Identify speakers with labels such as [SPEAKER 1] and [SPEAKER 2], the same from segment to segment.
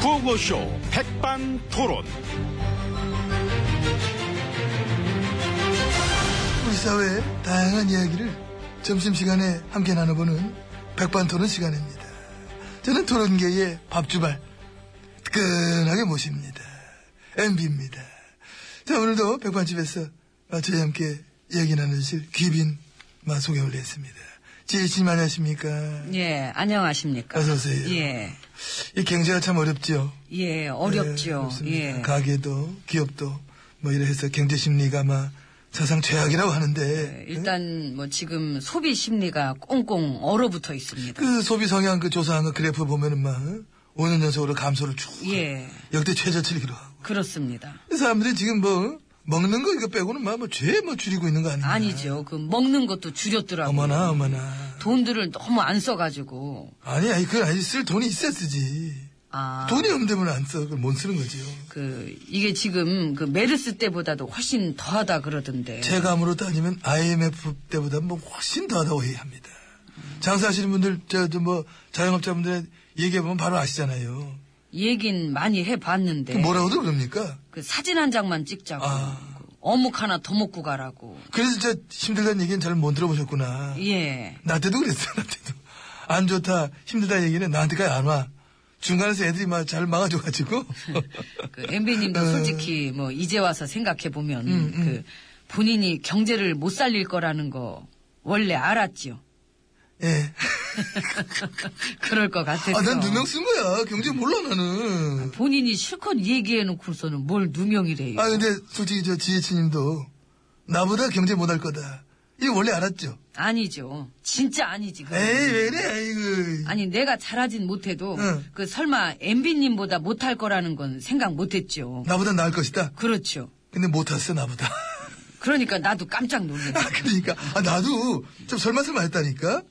[SPEAKER 1] 구호쇼 백반토론.
[SPEAKER 2] 우리 사회의 다양한 이야기를 점심시간에 함께 나눠보는 백반토론 시간입니다. 저는 토론계의 밥주발 뜨끈하게 모십니다. MB입니다. 자 오늘도 백반집에서 아, 저희와 함께 이야기 나눠주실 귀빈 마 소개 올렸습니다. 지혜씨님 안녕하십니까?
[SPEAKER 3] 예, 안녕하십니까.
[SPEAKER 2] 어서 오세요.
[SPEAKER 3] 예,
[SPEAKER 2] 이 경제가 참 어렵죠.
[SPEAKER 3] 예,
[SPEAKER 2] 예,
[SPEAKER 3] 어렵죠. 예.
[SPEAKER 2] 그렇습니다. 가게도 기업도 뭐 이래 해서 경제 심리가 막 사상 최악이라고 하는데
[SPEAKER 3] 예, 일단 뭐 지금 소비 심리가 꽁꽁 얼어붙어 있습니다.
[SPEAKER 2] 그 소비 성향 그 조사한 거 그래프 보면은 막 어? 5년 연속으로 감소를 쭉
[SPEAKER 3] 예,
[SPEAKER 2] 역대 최저치를 기록하고
[SPEAKER 3] 그렇습니다.
[SPEAKER 2] 사람들이 지금 뭐 어? 먹는 거 이거 빼고는 막뭐죄뭐 줄이고 있는 거 아니야?
[SPEAKER 3] 아니죠. 그 먹는 것도 줄였더라고요.
[SPEAKER 2] 네. 어머나 어머나
[SPEAKER 3] 돈들을 너무 안 써가지고.
[SPEAKER 2] 아니 아니 그건 아니 쓸 돈이 있어야 쓰지
[SPEAKER 3] 아,
[SPEAKER 2] 돈이 없으면 안 써 그걸 못 쓰는 거지요.
[SPEAKER 3] 그 이게 지금 그 메르스 때보다도 훨씬 더하다 그러던데.
[SPEAKER 2] 체감으로 따지면 IMF 때보다 뭐 훨씬 더하다고 얘기합니다. 장사하시는 분들, 저, 저 뭐, 자영업자분들 얘기해보면 바로 아시잖아요.
[SPEAKER 3] 얘긴 많이 해봤는데.
[SPEAKER 2] 그 뭐라고들 그럽니까?
[SPEAKER 3] 그 사진 한 장만 찍자고.
[SPEAKER 2] 아.
[SPEAKER 3] 그 어묵 하나 더 먹고 가라고.
[SPEAKER 2] 그래서 저 힘들다는 얘기는 잘 못 들어보셨구나.
[SPEAKER 3] 예.
[SPEAKER 2] 나 때도 그랬어, 나 때도. 안 좋다, 힘들다 얘기는 나한테까지 안 와. 중간에서 애들이 막 잘 막아줘가지고.
[SPEAKER 3] 그 MB님도
[SPEAKER 2] 어. 음,
[SPEAKER 3] 솔직히 뭐 이제 와서 생각해 보면 그 본인이 경제를 못 살릴 거라는 거 원래 알았지요.
[SPEAKER 2] 예.
[SPEAKER 3] 그럴 것 같아서.
[SPEAKER 2] 아, 난 누명 쓴 거야. 경제 몰라, 나는.
[SPEAKER 3] 본인이 실컷 얘기해 놓고서는 뭘 누명이래요.
[SPEAKER 2] 아, 근데 솔직히 저 지혜치님도 나보다 경제 못할 거다. 이거 원래 알았죠?
[SPEAKER 3] 니죠 진짜 아니지. 그건.
[SPEAKER 2] 에이, 왜 그래, 아이고.
[SPEAKER 3] 아니 내가 잘하진 못해도
[SPEAKER 2] 응.
[SPEAKER 3] 그 설마 MB님보다 못할 거라는 건 생각 못했죠.
[SPEAKER 2] 나보다 나을 것이다.
[SPEAKER 3] 그렇죠.
[SPEAKER 2] 근데 못 탔어, 나보다.
[SPEAKER 3] 그러니까 나도 깜짝 놀랐어
[SPEAKER 2] 아, 그러니까. 아, 나도 좀 설마설마 했다니까?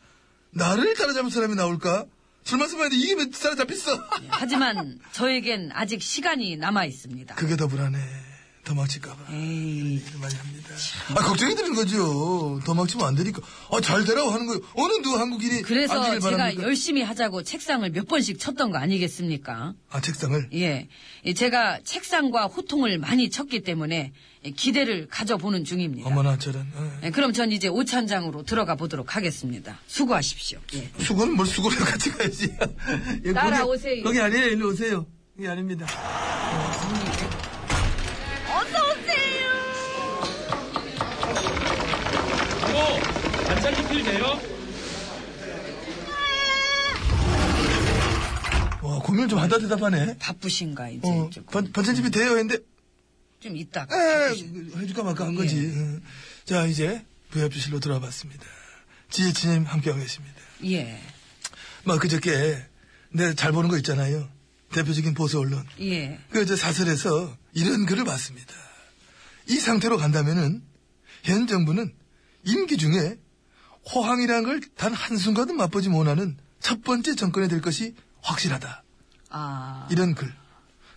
[SPEAKER 2] 나를 따라잡을 사람이 나올까? 설마설마 했는데 이게 왜 따라잡혔어?
[SPEAKER 3] 예. 하지만 저에겐 아직 시간이 남아 있습니다.
[SPEAKER 2] 그게 더 불안해. 도망칠까봐.
[SPEAKER 3] 에이,
[SPEAKER 2] 얘기를 많이 합니다. 아, 걱정이 드는 거죠. 도망치면 안 되니까. 아, 잘 되라고 하는 거예요. 어느 누 한국인이. 안
[SPEAKER 3] 그래서
[SPEAKER 2] 되길
[SPEAKER 3] 제가
[SPEAKER 2] 바랍니까?
[SPEAKER 3] 열심히 하자고 책상을 몇 번씩 쳤던 거 아니겠습니까?
[SPEAKER 2] 아, 책상을.
[SPEAKER 3] 예. 이 제가 책상과 호통을 많이 쳤기 때문에 기대를 가져보는 중입니다.
[SPEAKER 2] 어머나, 저런. 어.
[SPEAKER 3] 예, 그럼 전 이제 오찬장으로 들어가 보도록 하겠습니다. 수고하십시오. 예.
[SPEAKER 2] 수고는 뭘 수고를 같이 가야지. 예, 거기-
[SPEAKER 3] 따라오세요.
[SPEAKER 2] 거기 아니에요. 일로 오세요. 이게 아닙니다.
[SPEAKER 4] 어, 반찬리필 돼요?
[SPEAKER 2] 와, 고민을 좀 하다 대답하네.
[SPEAKER 3] 바쁘신가 이제 음.
[SPEAKER 2] 어,
[SPEAKER 3] 조금
[SPEAKER 2] 반, 반찬집이 돼요 했는데,
[SPEAKER 3] 좀 이따가.
[SPEAKER 2] 에
[SPEAKER 3] 바쁘시-
[SPEAKER 2] 해줄까 말까 한
[SPEAKER 3] 예.
[SPEAKER 2] 거지. 어. 자, 이제 VIP실로 들어와 봤습니다. 지혜진님 함께하고 계십니다.
[SPEAKER 3] 예.
[SPEAKER 2] 막 그저께 내가 잘 보는 거 있잖아요. 대표적인 보수 언론.
[SPEAKER 3] 예.
[SPEAKER 2] 그 저 사설에서 이런 글을 봤습니다. 이 상태로 간다면은 현 정부는 임기 중에 호황이라는 걸 단 한순간도 맛보지 못하는 첫 번째 정권이 될 것이 확실하다.
[SPEAKER 3] 아.
[SPEAKER 2] 이런 글.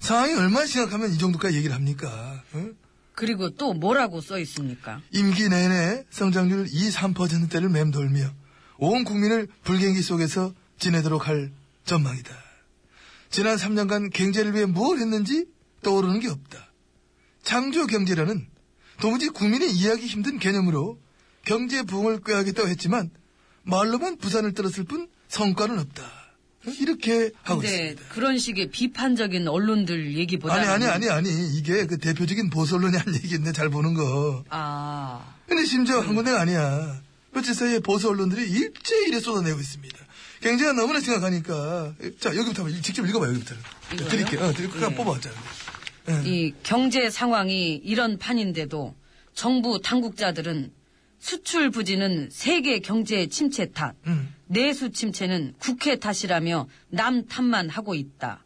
[SPEAKER 2] 상황이 얼마나 심각하면 이 정도까지 얘기를 합니까? 응?
[SPEAKER 3] 그리고 또 뭐라고 써 있습니까?
[SPEAKER 2] 임기 내내 성장률 2, 3%대를 맴돌며 온 국민을 불경기 속에서 지내도록 할 전망이다. 지난 3년간 경제를 위해 뭘 했는지 떠오르는 게 없다. 창조 경제라는 도무지 국민이 이해하기 힘든 개념으로 경제 부흥을 꾀하겠다고 했지만 말로만 부산을 떨었을 뿐 성과는 없다. 이렇게 하고
[SPEAKER 3] 근데
[SPEAKER 2] 있습니다.
[SPEAKER 3] 그런 식의 비판적인 언론들 얘기보다
[SPEAKER 2] 아니 아니 아니 아니 이게 그 대표적인 보수 언론이 한 얘기인데 잘 보는 거.
[SPEAKER 3] 아.
[SPEAKER 2] 근데 심지어 한 군데가 아니야. 며칠 사이에 보수 언론들이 일제 이래 쏟아내고 있습니다. 굉장히 너무나 심각하니까. 자, 여기부터 한번 직접 읽어봐요, 여기부터.
[SPEAKER 3] 이거요?
[SPEAKER 2] 드릴게요. 어, 드릴게요. 그냥
[SPEAKER 3] 예.
[SPEAKER 2] 뽑아왔잖아. 응.
[SPEAKER 3] 이 경제 상황이 이런 판인데도 정부 당국자들은 수출 부진은 세계 경제 침체 탓,
[SPEAKER 2] 음.
[SPEAKER 3] 내수 침체는 국회 탓이라며 남 탓만 하고 있다.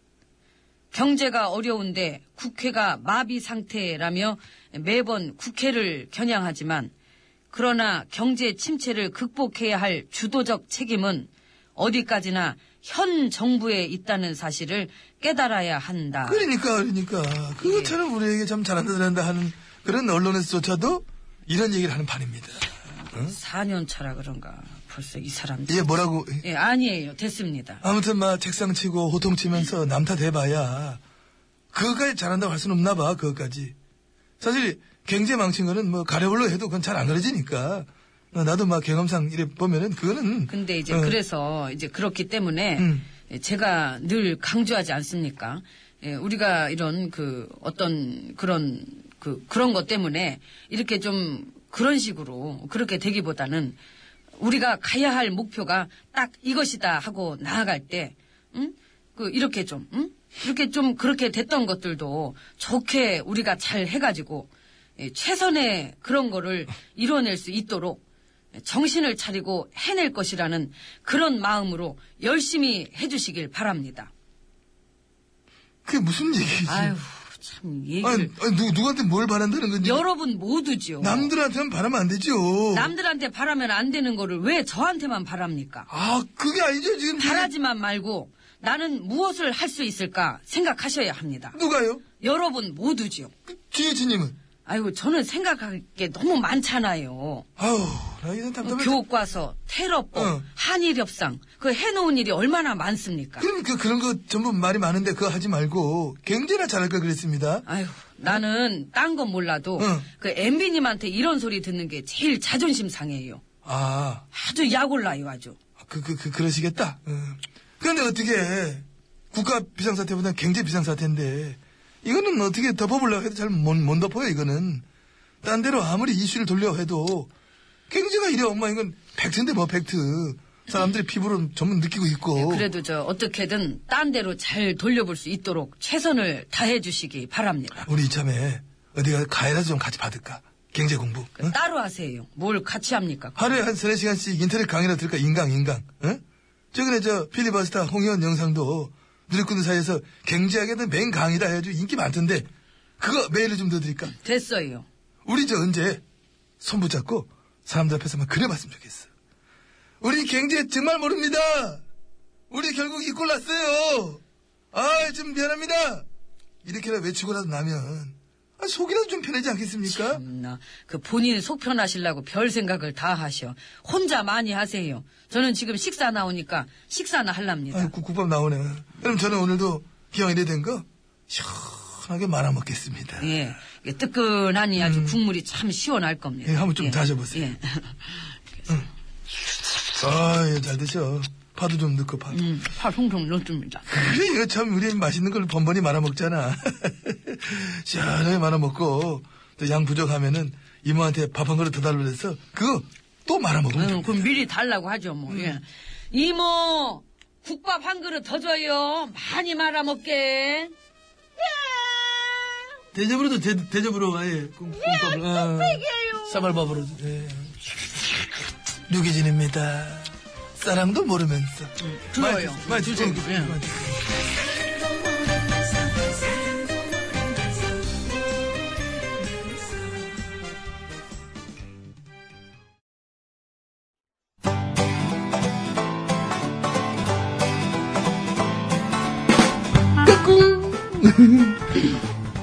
[SPEAKER 3] 경제가 어려운데 국회가 마비 상태라며 매번 국회를 겨냥하지만 그러나 경제 침체를 극복해야 할 주도적 책임은 어디까지나 현 정부에 있다는 사실을 깨달아야 한다.
[SPEAKER 2] 그러니까, 그러니까.
[SPEAKER 3] 네.
[SPEAKER 2] 그것처럼 우리에게 참 잘한다, 잘한다 하는 그런 언론에서조차도 이런 얘기를 하는 판입니다.
[SPEAKER 3] 4년 차라 그런가. 벌써 이 사람들.
[SPEAKER 2] 이게 뭐라고.
[SPEAKER 3] 예, 아니에요. 됐습니다.
[SPEAKER 2] 아무튼, 막, 책상 치고 호통 치면서 남탓 해봐야 그것까지 잘한다고 할 수는 없나 봐, 그것까지. 사실, 경제 망친 거는 뭐, 가려울로 해도 그건 잘 안 그려지니까. 어, 나도 막 경험상 이래 보면은, 그거는.
[SPEAKER 3] 근데 이제
[SPEAKER 2] 어,
[SPEAKER 3] 그래서 이제 그렇기 때문에 예,
[SPEAKER 2] 음.
[SPEAKER 3] 제가 늘 강조하지 않습니까? 예, 우리가 이런 그 어떤 그런 그 그런 것 때문에 이렇게 좀 그런 식으로 그렇게 되기보다는 우리가 가야 할 목표가 딱 이것이다 하고 나아갈 때, 응? 그 이렇게 좀, 응? 이렇게 좀 그렇게 됐던 것들도 좋게 우리가 잘 해가지고 예, 최선의 그런 거를 이뤄낼 수 있도록 정신을 차리고 해낼 것이라는 그런 마음으로 열심히 해주시길 바랍니다.
[SPEAKER 2] 그게 무슨 얘기지?
[SPEAKER 3] 아유, 참, 얘기를.
[SPEAKER 2] 아니, 아니, 누, 누구한테 뭘 바란다는 건지.
[SPEAKER 3] 여러분 모두죠.
[SPEAKER 2] 남들한테만 뭐- 바라면 안 되죠.
[SPEAKER 3] 남들한테 바라면 안 되는 거를 왜 저한테만 바랍니까?
[SPEAKER 2] 아, 그게 아니죠, 지금. 그게.
[SPEAKER 3] 바라지만 말고 나는 무엇을 할 수 있을까 생각하셔야 합니다.
[SPEAKER 2] 누가요? 그
[SPEAKER 3] 여러분 모두지요.
[SPEAKER 2] 지혜진님은?
[SPEAKER 3] 아이고 저는 생각할 게 너무 많잖아요.
[SPEAKER 2] 아우, 나 이건 답답해.
[SPEAKER 3] 어, 교과서, 테러법,
[SPEAKER 2] 어.
[SPEAKER 3] 한일협상 그 해놓은 일이 얼마나 많습니까?
[SPEAKER 2] 그럼 그, 그런 거 전부 말이 많은데 그거 하지 말고, 경제나 잘할 걸 그랬습니다.
[SPEAKER 3] 아휴 나는 딴 건 몰라도
[SPEAKER 2] 응.
[SPEAKER 3] 그 엠비님한테 이런 소리 듣는 게 제일 자존심 상해요.
[SPEAKER 2] 아,
[SPEAKER 3] 아주 약올라요 아주.
[SPEAKER 2] 그, 그, 그, 그러시겠다. 음. 그런데 어떻게, 국가 비상사태보다는 경제 비상사태인데, 이거는 어떻게 덮어보려고 해도 잘 못, 못 덮어요, 이거는. 딴 데로 아무리 이슈를 돌려 해도, 경제가 이래, 엄마, 이건 팩트인데 뭐, 팩트. 사람들이 피부로 전부 느끼고 있고.
[SPEAKER 3] 네, 그래도 저 어떻게든 딴 데로 잘 돌려볼 수 있도록 최선을 다해 주시기 바랍니다.
[SPEAKER 2] 우리 이참에, 어디가 가해라도 좀 같이 받을까? 경제 공부.
[SPEAKER 3] 그
[SPEAKER 2] 응?
[SPEAKER 3] 따로 하세요. 뭘 같이 합니까?
[SPEAKER 2] 하루에 한 서너 시간씩 인터넷 강의나 들을까, 인강, 인강. 응? 최근에 저 필리버스터 홍현 영상도 누리꾼들 사이에서 경제학에는 맹 강의다 해가지고 인기 많던데, 그거 메일을 좀 넣어드릴까?
[SPEAKER 3] 됐어요.
[SPEAKER 2] 우리 저 언제 손 붙잡고 사람들 앞에서만 그래봤으면 좋겠어. 우리 경제 정말 모릅니다! 우리 결국 이 꼴났어요! 아, 좀 미안합니다! 이렇게라도 외치고라도 나면, 아, 속이라도 좀 편하지 않겠습니까?
[SPEAKER 3] 참나, 그 본인 속편하시려고 별 생각을 다 하셔. 혼자 많이 하세요. 저는 지금 식사 나오니까 식사나 할랍니다.
[SPEAKER 2] 아이, 국- 국밥 나오네. 그럼 저는 오늘도 기왕 이래 된 거 시원하게 말아 먹겠습니다.
[SPEAKER 3] 예. 이게 뜨끈하니 아주 국물이 참 시원할 겁니다.
[SPEAKER 2] 음. 예, 한번 좀
[SPEAKER 3] 예.
[SPEAKER 2] 다셔보세요.
[SPEAKER 3] 예.
[SPEAKER 2] 아유, 잘 드셔. 파도 좀 넣고 파도.
[SPEAKER 3] 음, 팔송송 넣습니다.
[SPEAKER 2] 그래, 이거 참 우리 맛있는 걸 번번이 말아 먹잖아. 시원하게 말아 먹고 또 양 부족하면은 이모한테 밥 한 그릇 더 달라고 해서 그거 또 말아 먹으면
[SPEAKER 3] 아유,
[SPEAKER 2] 좋고.
[SPEAKER 3] 음, 그럼 미리 달라고 하죠, 뭐. 예. 이모, 국밥 한 그릇 더 줘요. 많이 말아 먹게.
[SPEAKER 2] 대접으로도 대, 대접으로 아예 공밥으로 쌀밥으로 예. 누기진입니다. 사랑도 모르면서
[SPEAKER 3] 들어요. 네,
[SPEAKER 2] 많이 들죠.
[SPEAKER 3] 예.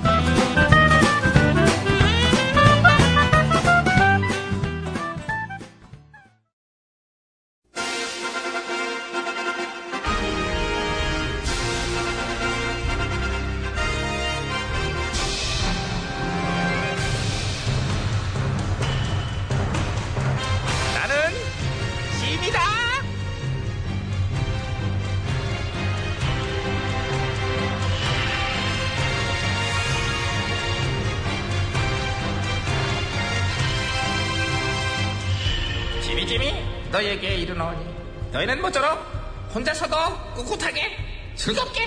[SPEAKER 1] 나는 짐이다.
[SPEAKER 5] 지미 지미 너에게 이르노니 너희는 모쪼록 혼자서도 꿋꿋하게 즐겁게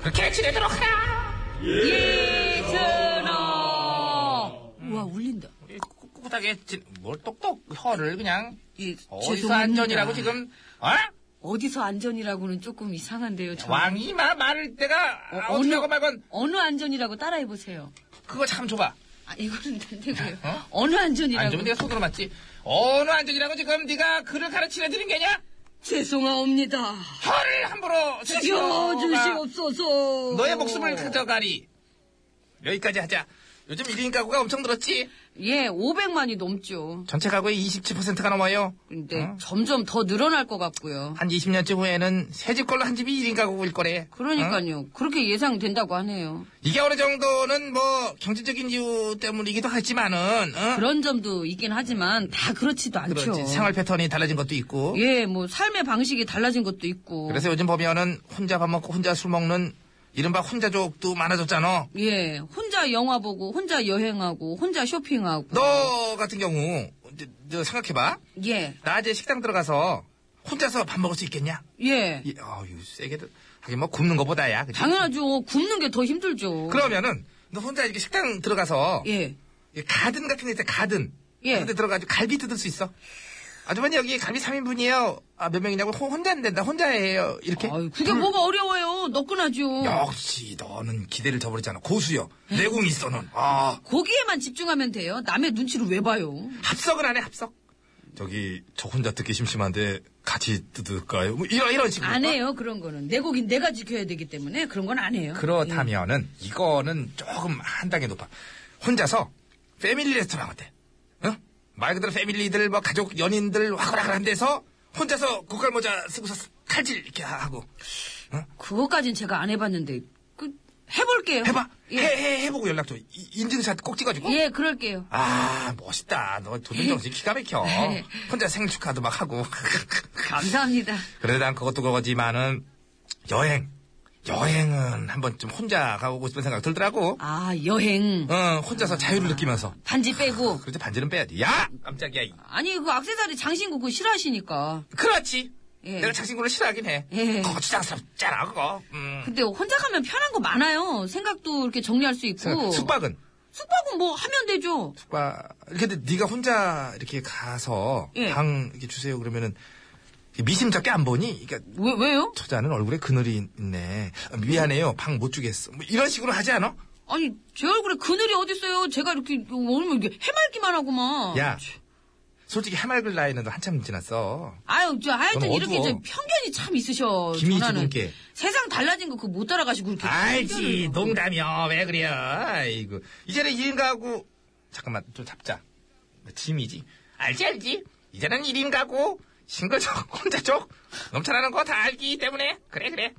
[SPEAKER 5] 그렇게 지내도록 하라.
[SPEAKER 3] 이준호. 우와 울린다.
[SPEAKER 5] 이 꾸- 꿋꿋하게 지- 뭘 똑똑 혀를 그냥 이 어디서
[SPEAKER 3] 예, 죄송합니다.
[SPEAKER 5] 안전이라고 지금 어?
[SPEAKER 3] 어디서 안전이라고는 조금 이상한데요. 저는.
[SPEAKER 5] 왕이 마 말을 때가 어, 아, 어떻게 하고 말건
[SPEAKER 3] 어느 안전이라고 따라해 보세요.
[SPEAKER 5] 그거 참 줘봐
[SPEAKER 3] 아 이거는 안 되고요.
[SPEAKER 5] 어?
[SPEAKER 3] 어? 느 안전이라고?
[SPEAKER 5] 안 좋은 데가 손으로 맞지 어느 안전이라고 지금 네가 그를 가르치려 드린 게냐
[SPEAKER 3] 죄송합니다.
[SPEAKER 5] 혀를 함부로
[SPEAKER 3] 죽여
[SPEAKER 5] 스스로가
[SPEAKER 3] 주시옵소서.
[SPEAKER 5] 너의 목숨을 가져가리 여기까지 하자 요즘 1인 가구가 엄청 늘었지
[SPEAKER 3] 예, 500만이 넘죠.
[SPEAKER 5] 전체 가구의 27%가 넘어요
[SPEAKER 3] 근데
[SPEAKER 5] 어?
[SPEAKER 3] 점점 더 늘어날 것 같고요.
[SPEAKER 5] 한 20년쯤 후에는 세 집꼴로 한 집이 1인 가구일 거래 어?
[SPEAKER 3] 그러니까요. 그렇게 예상된다고 하네요.
[SPEAKER 5] 이게 어느 정도는 뭐 경제적인 이유 때문이기도 하지만은 어?
[SPEAKER 3] 그런 점도 있긴 하지만 다 그렇지도 않죠.
[SPEAKER 5] 그렇지 생활 패턴이 달라진 것도 있고
[SPEAKER 3] 예, 뭐 삶의 방식이 달라진 것도 있고.
[SPEAKER 5] 그래서 요즘 보면은 혼자 밥 먹고 혼자 술 먹는 이른바 혼자족도 많아졌잖아
[SPEAKER 3] 예, 혼자 영화 보고, 혼자 여행하고, 혼자 쇼핑하고.
[SPEAKER 5] 너 같은 경우 이제 너 생각해봐
[SPEAKER 3] 예,
[SPEAKER 5] 낮에 식당 들어가서 혼자서 밥 먹을 수 있겠냐
[SPEAKER 3] 예.
[SPEAKER 5] 이, 아유 세게 들- 하긴 뭐 굶는 거보다야 그치?
[SPEAKER 3] 당연하죠. 굶는 게 더 힘들죠.
[SPEAKER 5] 그러면은 너 혼자 이렇게 식당 들어가서
[SPEAKER 3] 예.
[SPEAKER 5] 이 가든 같은 데 있잖아 가든
[SPEAKER 3] 예.
[SPEAKER 5] 그런데 들어가지고 갈비 뜯을 수 있어 아주머니 여기 갈비 3인분이에요 아 몇 명이냐고 호- 혼자 안 된다 혼자 해요 이렇게
[SPEAKER 3] 아유, 그게 뭐가 어려워요. 너끈하죠.
[SPEAKER 5] 역시 너는 기대를 저버리잖아 고수여
[SPEAKER 3] 예.
[SPEAKER 5] 내공 있어 넌아
[SPEAKER 3] 거기에만 집중하면 돼요. 남의 눈치를 왜 봐요?
[SPEAKER 5] 합석은 안 해 합석
[SPEAKER 2] 저기 저 혼자 듣기 심심한데 같이 뜯을까요? 뭐
[SPEAKER 5] 이런 이런 식으로
[SPEAKER 3] 안 해요, 그런 거는. 내 곡인 내가 지켜야 되기 때문에 그런 건 안 해요.
[SPEAKER 5] 그렇다면은
[SPEAKER 3] 예.
[SPEAKER 5] 이거는 조금 한 단계 높아 혼자서 패밀리 레스토랑 어때 어? 말 그대로 패밀리들 뭐 가족 연인들 와글와글한 데서 혼자서 고깔모자 쓰고서 칼질 이렇게 하고 어?
[SPEAKER 3] 그거까진 제가 안 해봤는데, 그, 해볼게요.
[SPEAKER 5] 해봐
[SPEAKER 3] 예.
[SPEAKER 5] 해 해 해보고 연락 줘 이- 인증샷 꼭 찍어주고
[SPEAKER 3] 예, 그럴게요.
[SPEAKER 5] 아 멋있다 너 도전 정신 기가 막혀
[SPEAKER 3] 예.
[SPEAKER 5] 혼자 생일 축하도 막 하고
[SPEAKER 3] 감사합니다.
[SPEAKER 5] 그래 난 그것도 그거지만은 여행 여행은 한번 좀 혼자 가고 싶은 생각 들더라고
[SPEAKER 3] 아, 여행.
[SPEAKER 5] 어 혼자서 자유를 느끼면서
[SPEAKER 3] 반지 빼고.
[SPEAKER 5] 그렇지 반지는 빼야지 야 깜짝이야 이.
[SPEAKER 3] 아니, 그 악세사리 장신구 그거 싫어하시니까.
[SPEAKER 5] 그렇지
[SPEAKER 3] 예.
[SPEAKER 5] 내가 장신구를 싫어하긴 해
[SPEAKER 3] 예.
[SPEAKER 5] 그거 주장스럽잖아 그거 음.
[SPEAKER 3] 근데 혼자 가면 편한 거 많아요. 생각도 이렇게 정리할 수 있고.
[SPEAKER 5] 숙박은
[SPEAKER 3] 숙박은 뭐 하면 되죠.
[SPEAKER 5] 숙박 근데 네가 혼자 이렇게 가서
[SPEAKER 3] 예.
[SPEAKER 5] 방 이렇게 주세요 그러면은 미심쩍게 안 보니 그러니까
[SPEAKER 3] 왜, 왜요?
[SPEAKER 5] 저자는 얼굴에 그늘이 있네. 아, 미안해요. 방 못 주겠어. 뭐 이런 식으로 하지 않아?
[SPEAKER 3] 아니, 제 얼굴에 그늘이 어딨어요. 제가 이렇게, 오늘 이게 해맑기만 하고만.
[SPEAKER 5] 야. 솔직히 해맑을 나이는 너 한참 지났어.
[SPEAKER 3] 아유, 저 하여튼
[SPEAKER 5] 너무
[SPEAKER 3] 이렇게
[SPEAKER 5] 어두워.
[SPEAKER 3] 저 편견이 참 있으셔.
[SPEAKER 5] 김희지
[SPEAKER 3] 전화는.
[SPEAKER 5] 분께.
[SPEAKER 3] 세상 달라진 거 그거 못 따라가시고 그렇게.
[SPEAKER 5] 알지.
[SPEAKER 3] 편견을-
[SPEAKER 5] 농담이야. 왜 그래요? 아이고. 이제는 1인 가구. 잠깐만. 좀 잡자. 짐이지. 알지 알지. 이제는 1인 가구. 싱글족, 혼자족. 넘쳐나는 거 다 알기 때문에. 그래 그래.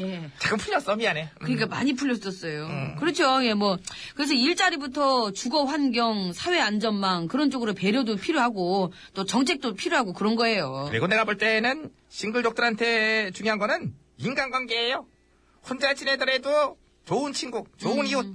[SPEAKER 3] 예.
[SPEAKER 5] 잠깐 풀렸어. 미안해. 음.
[SPEAKER 3] 그러니까 많이 풀렸었어요. 그렇죠. 예, 뭐. 그래서 일자리부터 주거 환경, 사회 안전망 그런 쪽으로 배려도 필요하고 또 정책도 필요하고 그런 거예요.
[SPEAKER 5] 그리고 내가 볼 때는 싱글족들한테 중요한 거는 인간관계예요. 혼자 지내더라도 좋은 친구, 좋은
[SPEAKER 3] 음,
[SPEAKER 5] 이웃,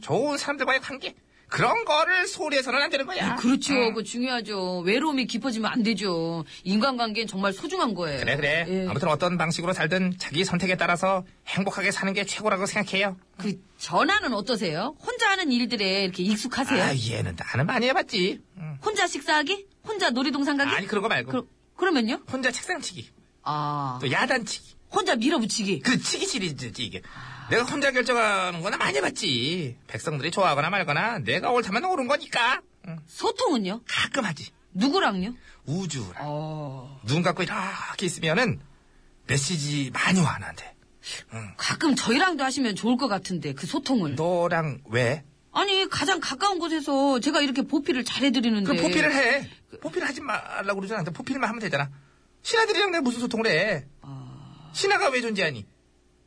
[SPEAKER 5] 좋은 사람들과의 관계 그런 거를 소홀히해서는 안 되는 거야.
[SPEAKER 3] 그렇죠.
[SPEAKER 5] 음.
[SPEAKER 3] 그거 중요하죠. 외로움이 깊어지면 안 되죠. 인간관계는 정말 소중한 거예요.
[SPEAKER 5] 그래 그래.
[SPEAKER 3] 예.
[SPEAKER 5] 아무튼 어떤 방식으로 살든 자기 선택에 따라서 행복하게 사는 게 최고라고 생각해요.
[SPEAKER 3] 그 전화는 어떠세요? 혼자 하는 일들에 이렇게 익숙하세요?
[SPEAKER 5] 아 얘는 나는 많이 해봤지. 음.
[SPEAKER 3] 혼자 식사하기? 혼자 놀이동산 가기?
[SPEAKER 5] 아니 그런 거 말고
[SPEAKER 3] 그, 그러면요?
[SPEAKER 5] 혼자 책상치기,
[SPEAKER 3] 아,
[SPEAKER 5] 또 야단치기.
[SPEAKER 3] 혼자 밀어붙이기.
[SPEAKER 5] 그 치기 시리즈지 이게. 내가 혼자 결정하는 거나 많이 해봤지. 백성들이 좋아하거나 말거나 내가 옳다면 옳은 거니까. 음.
[SPEAKER 3] 소통은요?
[SPEAKER 5] 가끔 하지.
[SPEAKER 3] 누구랑요?
[SPEAKER 5] 우주랑
[SPEAKER 3] 어,
[SPEAKER 5] 눈 감고 이렇게 있으면은 메시지 많이 와 나한테
[SPEAKER 3] 가끔 저희랑도 하시면 좋을 것 같은데 그 소통을.
[SPEAKER 5] 너랑 왜?
[SPEAKER 3] 아니 가장 가까운 곳에서 제가 이렇게 보필을 잘 해드리는데.
[SPEAKER 5] 그럼 포필을 해 포필을 하지 말라고 그러잖아 포필만 하면 되잖아 신하들이랑 내가 무슨 소통을 해
[SPEAKER 3] 아.
[SPEAKER 5] 신하가 왜 존재하니?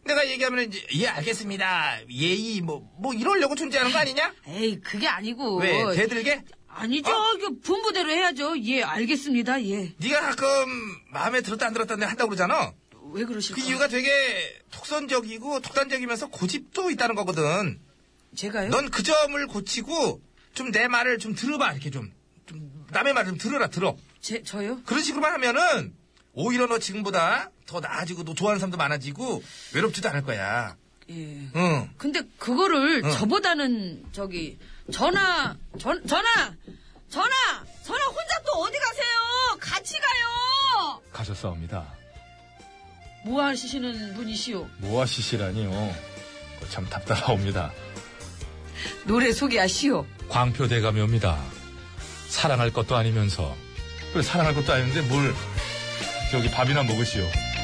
[SPEAKER 5] 내가 얘기하면 이제 예 알겠습니다 예의 뭐 뭐 이러려고 존재하는 거 아니냐?
[SPEAKER 3] 에이 그게 아니고.
[SPEAKER 5] 왜 대들게?
[SPEAKER 3] 아니죠. 그 분부대로 해야죠. 예 알겠습니다. 예.
[SPEAKER 5] 네가 가끔 마음에 들었다 안 들었다 내 한다고 그러잖아
[SPEAKER 3] 왜 그러실까?
[SPEAKER 5] 그 이유가 되게 독선적이고 독단적이면서 고집도 있다는 거거든
[SPEAKER 3] 제가요?
[SPEAKER 5] 넌 그 점을 고치고 좀 내 말을 좀 들어봐 이렇게 좀, 좀 남의 말을 좀 들어라 들어
[SPEAKER 3] 제 저요?
[SPEAKER 5] 그런 식으로만 하면은 오히려 너 지금보다 더 나아지고 너 좋아하는 사람도 많아지고 외롭지도 않을 거야.
[SPEAKER 3] 예.
[SPEAKER 5] 응.
[SPEAKER 3] 근데 그거를
[SPEAKER 5] 응.
[SPEAKER 3] 저보다는 저기 전화 전 전화 전화 전화 혼자 또 어디 가세요? 같이 가요.
[SPEAKER 2] 가셨사옵니다.
[SPEAKER 3] 뭐 하시는 분이시오?
[SPEAKER 2] 모아시시라니요. 그거 참 답답하옵니다.
[SPEAKER 3] 노래 소개하시오.
[SPEAKER 2] 광표대감이 옵니다. 사랑할 것도 아니면서. 왜 사랑할 것도 아닌데 뭘 저기 밥이나 먹으시오.